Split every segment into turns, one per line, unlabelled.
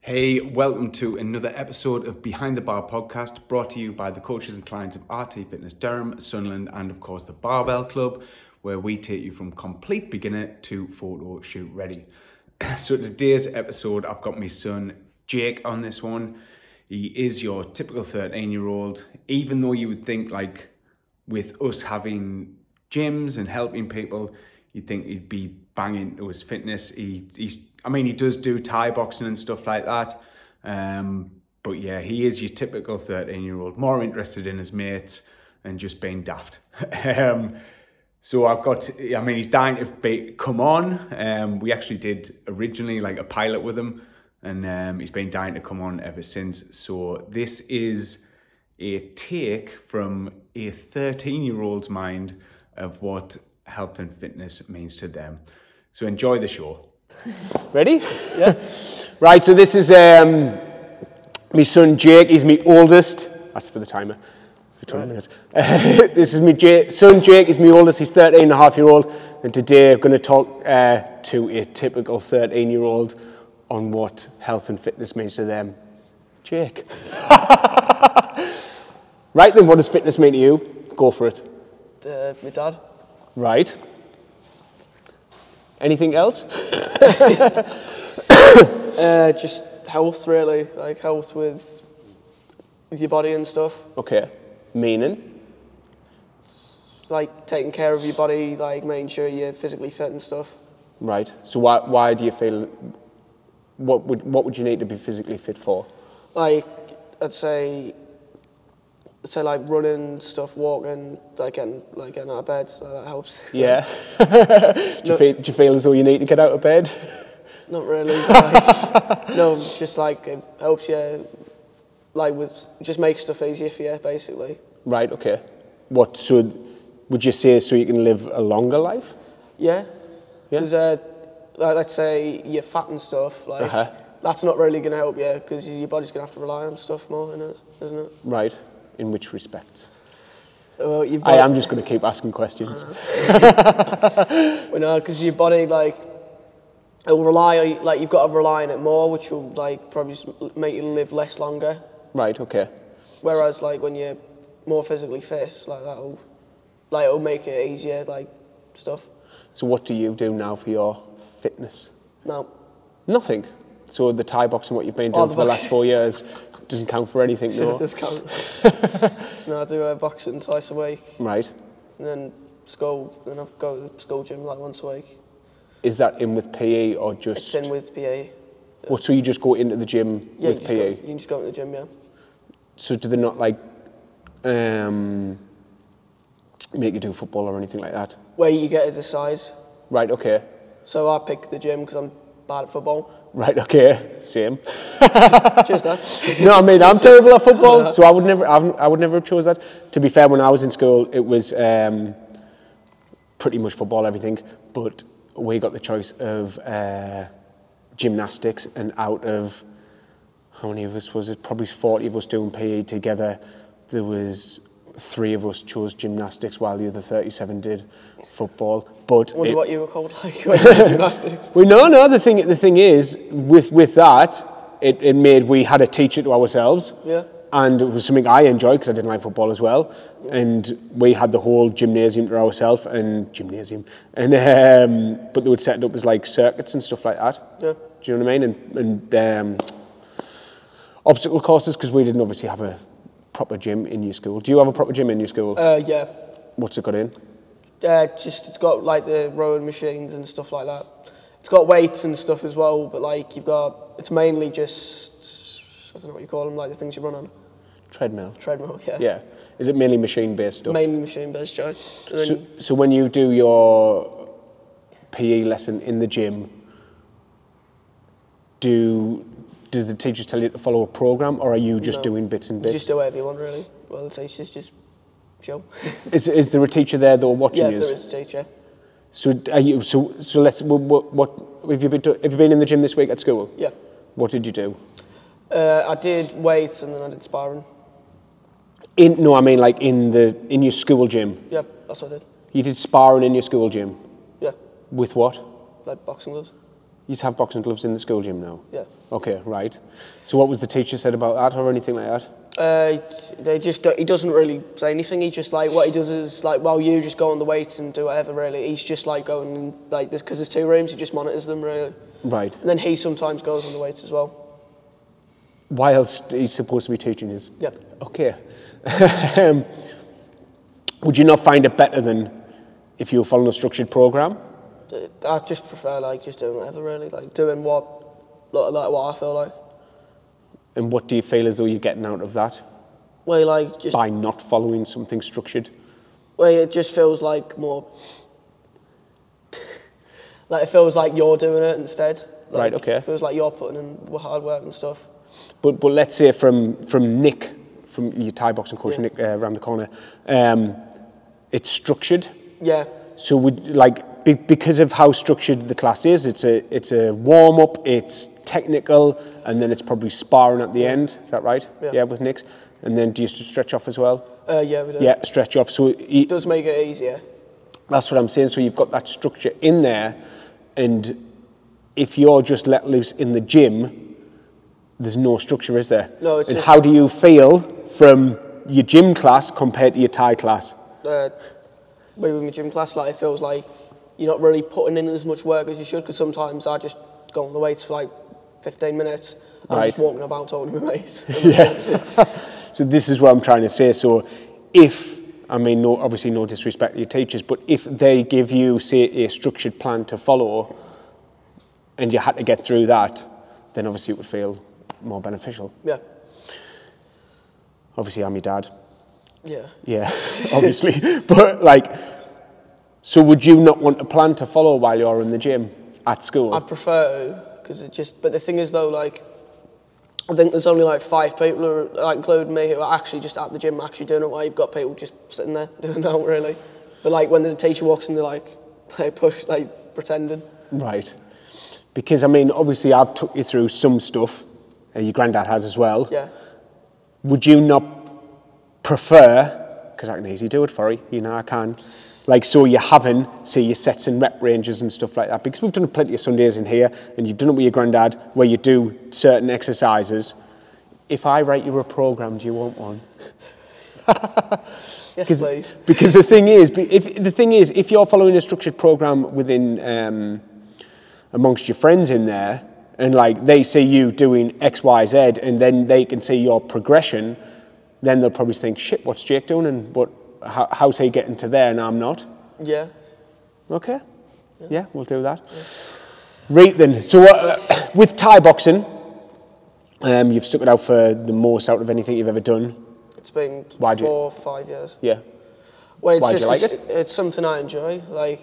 Hey, welcome to another episode of Behind the Bar podcast brought to you by the coaches and clients of RT Fitness Durham, Sunderland, and of course the Barbell Club, where we take you from complete beginner to photo shoot ready. so, today's episode, I've got my son Jake on this one. He is your typical 13 year old, even though you would think, like, with us having gyms and helping people, you'd think he'd be banging to his fitness. He, he's, I mean, he does do Thai boxing and stuff like that. Um, but yeah, he is your typical 13 year old, more interested in his mates and just being daft. um, so I've got, I mean, he's dying to be, come on. Um, we actually did originally like a pilot with him and um, he's been dying to come on ever since. So this is a take from a 13 year old's mind of what health and fitness means to them. So enjoy the show.
Ready? Yeah. right, so this is um, my son Jake. He's my oldest. That's for the timer. For 20 minutes. this is my Jake, son Jake. He's my oldest. He's 13 and a half year old. And today I'm going to talk uh, to a typical 13 year old on what health and fitness means to them. Jake. right then, what does fitness mean to you? Go for it.
Uh, my dad.
Right. Anything else?
Uh, just health, really, like health with with your body and stuff.
Okay. Meaning?
Like taking care of your body, like making sure you're physically fit and stuff.
Right. So why, why do you feel? What would what would you need to be physically fit for?
Like I'd say, I'd say like running stuff, walking, like getting like getting out of bed, so that helps.
Yeah. do, you
No.
feel, do you feel as though you need to get out of bed?
Not really. Like, no, just like it helps you, like with just make stuff easier for you, basically.
Right. Okay. What so? Would you say so you can live a longer life?
Yeah.
Yeah.
There's a, like, let's say you're fat and stuff, like,
Uh-huh.
that's not really going to help you because your body's going to have to rely on stuff more, innit? isn't it?
Right. In which respects?
Well, your
I
body-
am just going to keep asking questions.
Well, no, because your body, like, it'll rely on, like, you've got to rely on it more, which will, like, probably s- make you live less longer.
Right. Okay.
Whereas, like, when you're more physically fit, like, that'll, like, it'll make it easier, like, stuff.
So what do you do now for your fitness?
No.
Nothing. So the Thai boxing, what you've been
Oh,
doing
the
for the
box-
last four years, doesn't count for anything.
So
No.
it just can't. no, I do uh, boxing twice a week.
Right.
And then school, then I've go to school gym like once a week.
Is that in with PE or just?
It's in with PA. Yeah,
What, Oh, so you just go into the gym
you
with
just go,
PE?
you can just go to the gym, yeah.
So do they not like um, make you do football or anything like that?
Where you get to decide.
Right, okay.
So I pick the gym because I'm bad at football.
Right, okay. Same.
Cheers, Dad.
no, I mean I'm terrible at football, so I would never, I would- I would never have chose that. To be fair, when I was in school, it was um, pretty much football, everything. But we got the choice of uh, gymnastics, and out of how many of us was it? Probably 40 of us doing PE together. There was three of us chose gymnastics, while the other 37 did football. But
wonder
it-
what you were called like when you did gymnastics.
well, no, no. The thing, the thing is, with with that, it, it made we had a teacher to ourselves.
Yeah.
And it was something I enjoyed because I didn't like football as well. And we had the whole gymnasium to ourselves and gymnasium. And um, but they would set it up as like circuits and stuff like that.
Yeah.
Do you know what I mean? And and um, obstacle courses because we didn't obviously have a proper gym in your school. Do you have a proper gym in your school?
Uh, yeah.
What's it got in?
Uh, just it's got like the rowing machines and stuff like that. It's got weights and stuff as well, but like you've got it's mainly just I don't know what you call them, like the things you run on
Treadmill.
treadmill. Yeah.
Yeah. Is it mainly machine based stuff?
Mainly machine based, Joe. And then
So, so when you do your PE lesson in the gym, do does the teacher tell you to follow a program, or are you just
No.
doing bits and
you
bits?
just do whatever you want really. Well, the teacher's just chill.
Is, is there a teacher there though watching
yeah,
you?
there is a teacher.
So are you? So so let's. What, what have you been? Do, have you been in the gym this week at school?
Yeah.
What did you do?
Uh, I did weights and then I did sparring.
In no, I mean like in the in your school gym.
Yeah, that's what I did.
You did sparring in your school gym
Yeah,
with what?
like boxing gloves.
You have boxing gloves in the school gym now?
Yeah.
Okay, right. So what was the teacher said about that or anything like that?
Uh, they just don't, he doesn't really say anything. He just like what he does is like, well, you just go on the weights and do whatever. Really, he's just like going and like this because there's two rooms. He just monitors them really,
Right.
and then he sometimes goes on the weights as well.
Why else he's supposed to be teaching us?
Yeah.
Okay. um, would you not find it better than if you were following a structured program?
Uh, I just prefer like just doing whatever really, like doing what like, like what I feel like.
And what do you feel as though you're getting out of that
Where you, like just
by not following something structured?
where it just feels like more. like it feels like you're doing it instead. Like,
Right, okay.
It feels like you're putting in hard work and stuff.
But but let's say from from Nick, from your Thai boxing coach
Yeah.
Nick uh, around the corner, um, it's structured.
Yeah.
So would like be, because of how structured the class is, it's a it's a warm up, it's technical, and then it's probably sparring at the end. Is that right?
Yeah.
with Nick's, and then do you stretch off as well?
Uh, yeah, we do.
Yeah, stretch off. So he,
It does make it easier.
That's what I'm saying. So you've got that structure in there, and if you're just let loose in the gym, there's no structure, is there?
No, it's
And
just-
how do you feel from your gym class compared to your Thai class?
Uh, maybe with my gym class, like it feels like you're not really putting in as much work as you should. Because sometimes I just go on the weights for like 15 minutes. I'm just
Right.
walking about talking to my mates.
So this is what I'm trying to say. So if I mean, no, obviously, no disrespect to your teachers, but if they give you, say, a structured plan to follow, and you had to get through that, then obviously it would feel more beneficial.
yeah.
Obviously, I'm your dad.
Yeah.
Yeah, obviously. but like, so would you not want a plan to follow while you're in the gym at school?
I prefer to because it just. But the thing is though, like, I think there's only like five people, who are, like, including me, who are actually just at the gym, actually doing it. While you've got people just sitting there doing that really. But like when the teacher walks in, they're like, they push, like pretending.
right. Because I mean, obviously, I've took you through some stuff. uh, Your granddad has as well.
Yeah.
Would you not prefer? Because I can easily do it for you. You know, I can. Like, so you're having, say, your sets and rep ranges and stuff like that. Because we've done plenty of Sundays in here, and you've done it with your granddad, where you do certain exercises. If I write you a program, do you want one?
Yes,
Because-
please.
Because the thing is, be- if the thing is, if you're following a structured program within um, amongst your friends in there, and like they see you doing X, Y, Z, and then they can see your progression, then they'll probably think, shit, what's Jake doing, and what, how, how's he getting to there, and I'm not.
Yeah.
Okay. Yeah, we'll do that. Right then. So uh, with Thai boxing, um, you've stuck it out for the most out of anything you've ever done.
It's been
Why do you-
four, five years.
Yeah.
Well, it's
Why do
just
you like
it's, it's something I enjoy. Like,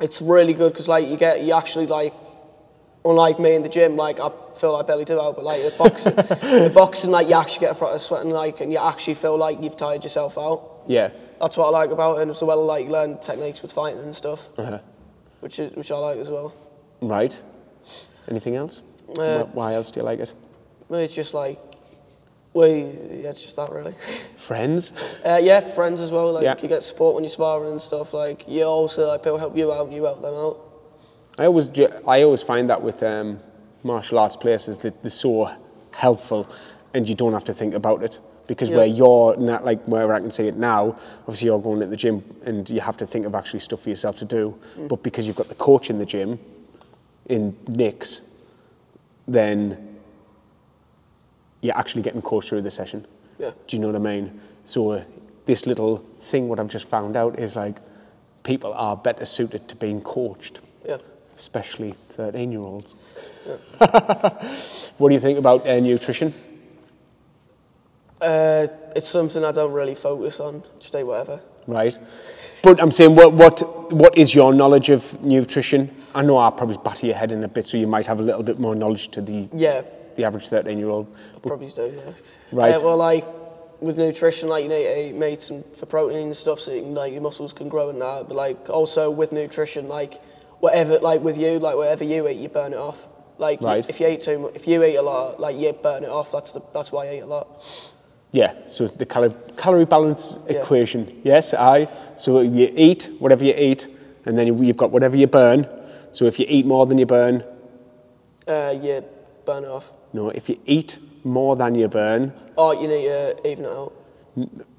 it's really good because like you get you actually like, unlike me in the gym, like I feel I barely do out, but like the boxing, the boxing like you actually get a proper sweat and like, and you actually feel like you've tired yourself out.
Yeah.
That's what I like about it, and as well like learn techniques with fighting and stuff,
Uh-huh.
which is which I like as well.
Right. Anything else?
Uh,
Wh- Why else do you like it?
Well, It's just like, well, yeah, it's just that really.
Friends?
Uh, yeah, friends as well. Like
Yeah.
you get support when you're sparring and stuff. Like you also like people help you out, and you help them out.
I always, ju- I always find that with um, martial arts places that they're so helpful, and you don't have to think about it because
Yeah.
where you're not like where I can see it now, obviously you're going at the gym and you have to think of actually stuff for yourself to do.
Mm.
But because you've got the coach in the gym, in Nick's, then you're actually getting coached through the session.
Yeah.
Do you know what I mean? So uh, this little thing, what I've just found out is like, people are better suited to being coached
Yeah.
especially 13 year olds. what do you think about uh, nutrition?
Uh, it's something I don't really focus on. Just do whatever.
Right. But I'm saying, what, what, what is your knowledge of nutrition? I know I'll probably batter your head in a bit, so you might have a little bit more knowledge to the,
Yeah,
the average 13 year old.
probably do. Yeah.
Right.
Uh, well, like with nutrition, like you need to eat meat and for protein and stuff, so you can, like your muscles can grow and that. But like also with nutrition, like whatever, like with you, like whatever you eat, you burn it off. Like you-
Right.
if you eat too much, if you eat a lot, like you burn it off. That's the that's why I eat a lot.
Yeah, so the calorie, calorie balance
Yeah.
equation. Yes, I. So you eat whatever you eat, and then you- you've got whatever you burn. So if you eat more than you burn,
Uh, you burn it off.
No, if you eat more than you burn,
Or you need to even it out.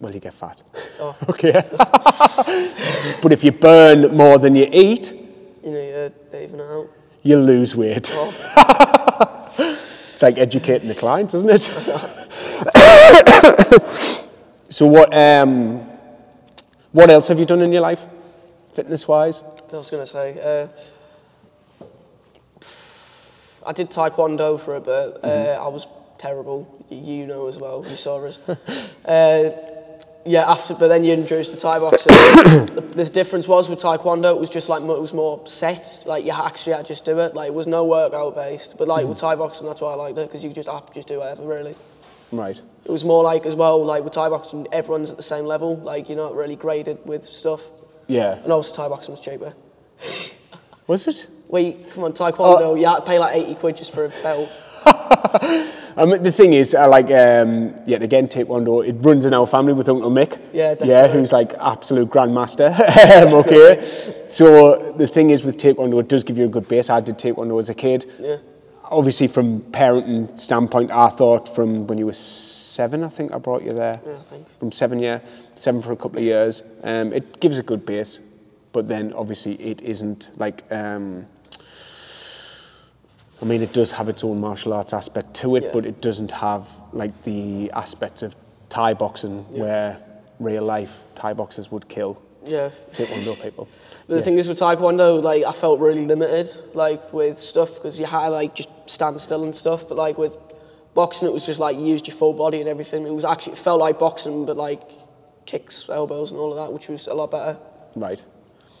well, you get fat.
Oh.
Okay. but if you burn more than you eat,
You need to even it out.
you lose weight.
Oh,
It's like educating the clients, isn't it? so what? Um, what else have you done in your life, fitness-wise?
I was going to say. Uh, I did taekwondo for a bit. Uh, I was terrible. Y- You know as well. You saw us. uh, yeah, after, but then you introduced the Thai boxing. the, the difference was with taekwondo, it was just like mo- it was more set. Like you actually had to just do it. Like it was no workout based. But like with Thai boxing, that's why I liked it because you could just up, just do whatever really.
Right.
It was more like as well like with Thai boxing, everyone's at the same level. Like you're not really graded with stuff.
Yeah.
And also Thai boxing was cheaper.
Was it?
Wait, come on, taekwondo. you had to pay like 80 quid just for a belt.
I mean, Um, the thing is, I like um, yet again taekwondo. It runs in our family with Uncle Mick.
Yeah, definitely.
Yeah, who's like absolute grandmaster. Um, okay. So the thing is with taekwondo, it does give you a good base. I did taekwondo as a kid.
Yeah.
Obviously, from parenting standpoint, I thought from when you were seven, I think I brought you there.
Yeah, I think.
From seven year, seven for a couple of years. Um, it gives a good base, but then obviously it isn't like. Um, I mean, it does have its own martial arts aspect to it,
Yeah.
but it doesn't have like the aspects of Thai boxing where real life Thai boxers would kill
Yeah.
Taekwondo people.
But the thing is with taekwondo, like I felt really limited, like with stuff because you had to like just stand still and stuff. But like with boxing, it was just like you used your full body and everything. It was actually it felt like boxing, but like kicks, elbows, and all of that, which was a lot better.
right.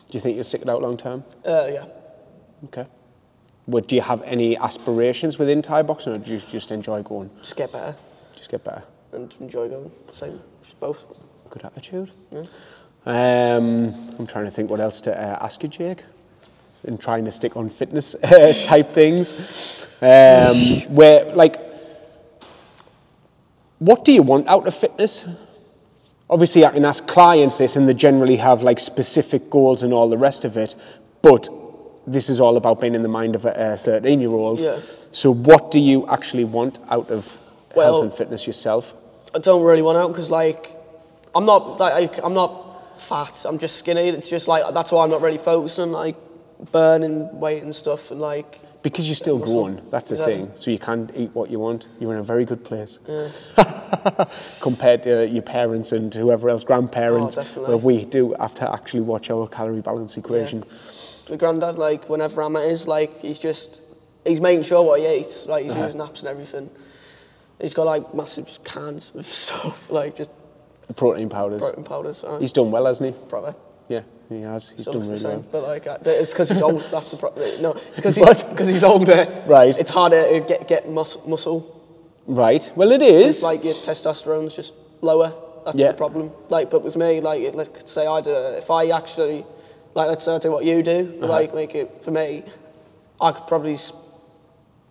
Do you think you'll stick it out long term?
Uh, yeah.
Okay. Would do you have any aspirations within Thai boxing, or do you just enjoy going?
Just get better
Just get better.
and enjoy going. Same, just both.
Good attitude. Um, I'm trying to think what else to uh, ask you, Jake. In trying to stick on fitness uh, type things, um, where like, what do you want out of fitness? Obviously, I can ask clients this, and they generally have like specific goals and all the rest of it. But this is all about being in the mind of a 13 year old.
Yeah.
So, what do you actually want out of
Well-
health and fitness yourself?
I don't really want out because like I'm not like I'm not fat. I'm just skinny. It's just like that's why I'm not really focusing on like burning weight and stuff and like
Because you're still
Muscle.
growing, that's the
Exactly.
thing. So you can eat what you want. You're in a very good place compared to your parents and whoever else, grandparents.
Oh, definitely.
where we do have to actually watch our calorie balance equation.
my granddad. Like whenever I'm at his, like he's just he's making sure what he eats. Like he's
Uh-huh.
using apps and everything. He's got like massive just cans of stuff, like just
The protein powders.
protein powders. uh,
He's done well, hasn't he?
probably.
Yeah, he has. He's
Still
done
looks the
really
same,
well.
but like uh, but it's because he's old. That's the problem. No, because he's
What?
because he's older.
Right.
It's harder to get get mus- muscle.
Right. Well, it is.
It's like your testosterone's just lower. That's
Yeah.
the problem. Like, but with me, like, it- let's say I do, if I actually, like, let's say I do what you do, but,
Uh-huh.
like, make it for me, I could probably s-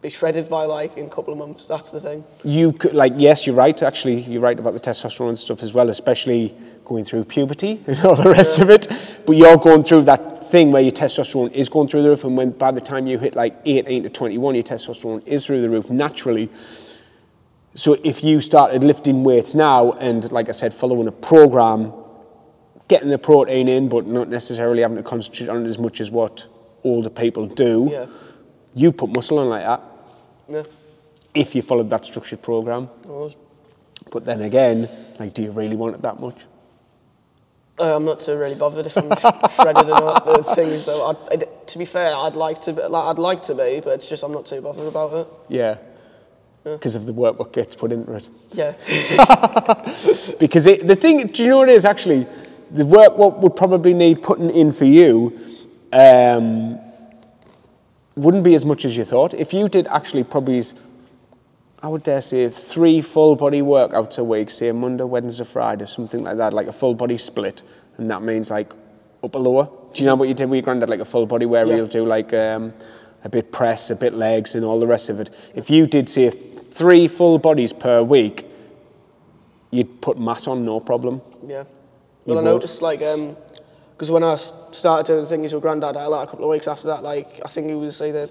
be shredded by like in a couple of months. That's the thing.
you could like yes you're right actually you're right about the testosterone stuff as well especially going through puberty and all the rest of it but you're going through that thing where your testosterone is going through the roof and when by the time you hit like 18 to 21 your testosterone is through the roof naturally so if you started lifting weights now and like i said following a program getting the protein in but not necessarily having to concentrate on it as much as what older people do
Yeah.
you put muscle on like that
Yeah. Uh,
if you followed that structured program
Well,
but then again, like, do you really want it that much?
Uh, I'm not too really bothered if I'm sh- shredded or not. The thing is, though, I'd, I'd, to be fair, I'd like to, be, like, I'd like to be, but it's just I'm not too bothered about it.
Yeah. Because of the work what gets put into it.
Yeah.
Because it, the thing, do you know what it is actually? The work what would probably need putting in for you um, wouldn't be as much as you thought. If you did actually probably, s- I would dare say, three full body workouts a week, say Monday, Wednesday, Friday, something like that, like a full body split, and that means like upper lower. Do you know what you did with your granddad, like a full body where
Yeah.
you'll do like um, a bit press, a bit legs, and all the rest of it? If you did say th- three full bodies per week, you'd put mass on no problem.
Yeah. Well, I
would?
noticed like um 'cause because when I s- started doing the things with granddad, I like a couple of weeks after that, like I think he was either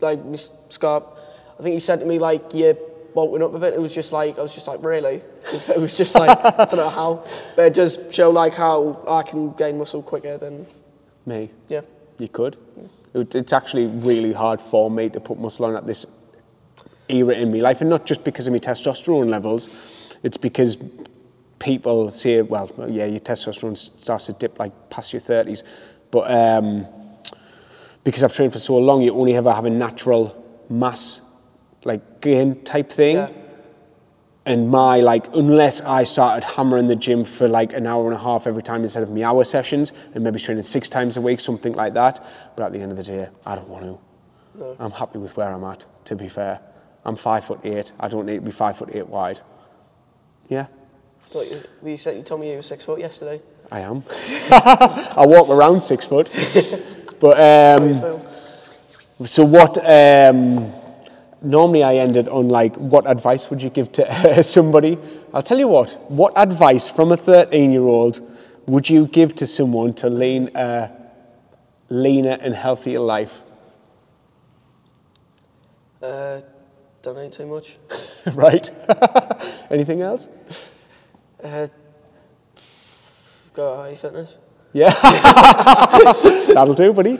like Miss Scarp, I think he said to me like you're bulking up a bit. It was just like I was just like really. 'Cause It was just like I don't know how, but it does show like how I can gain muscle quicker than
Me.
yeah.
You could. It, it's actually really hard for me to put muscle on at this era in my life, and not just because of my testosterone levels. It's because people say, well, yeah, your testosterone starts to dip like past your 30s, but um, because I've trained for so long, you only ever have a natural mass like gain type thing.
Yeah.
And my like, unless I started hammering the gym for like an hour and a half every time instead of my hour sessions, and maybe training six times a week, something like that. But at the end of the day, I don't want to. I'm happy with where I'm at. To be fair, I'm five foot eight. I don't need to be five foot eight wide. Yeah,
Like you, you said, you told me you were six foot yesterday.
I am. I walk around six foot. But um,
So,
So what? Um, normally, I ended on like, what advice would you give to somebody? I'll tell you what. What advice from a thirteen-year-old would you give to someone to lean a leaner and healthier life?
uh, don't eat too much.
right? Anything else?
Uh, go high fitness.
Yeah, that'll do, buddy.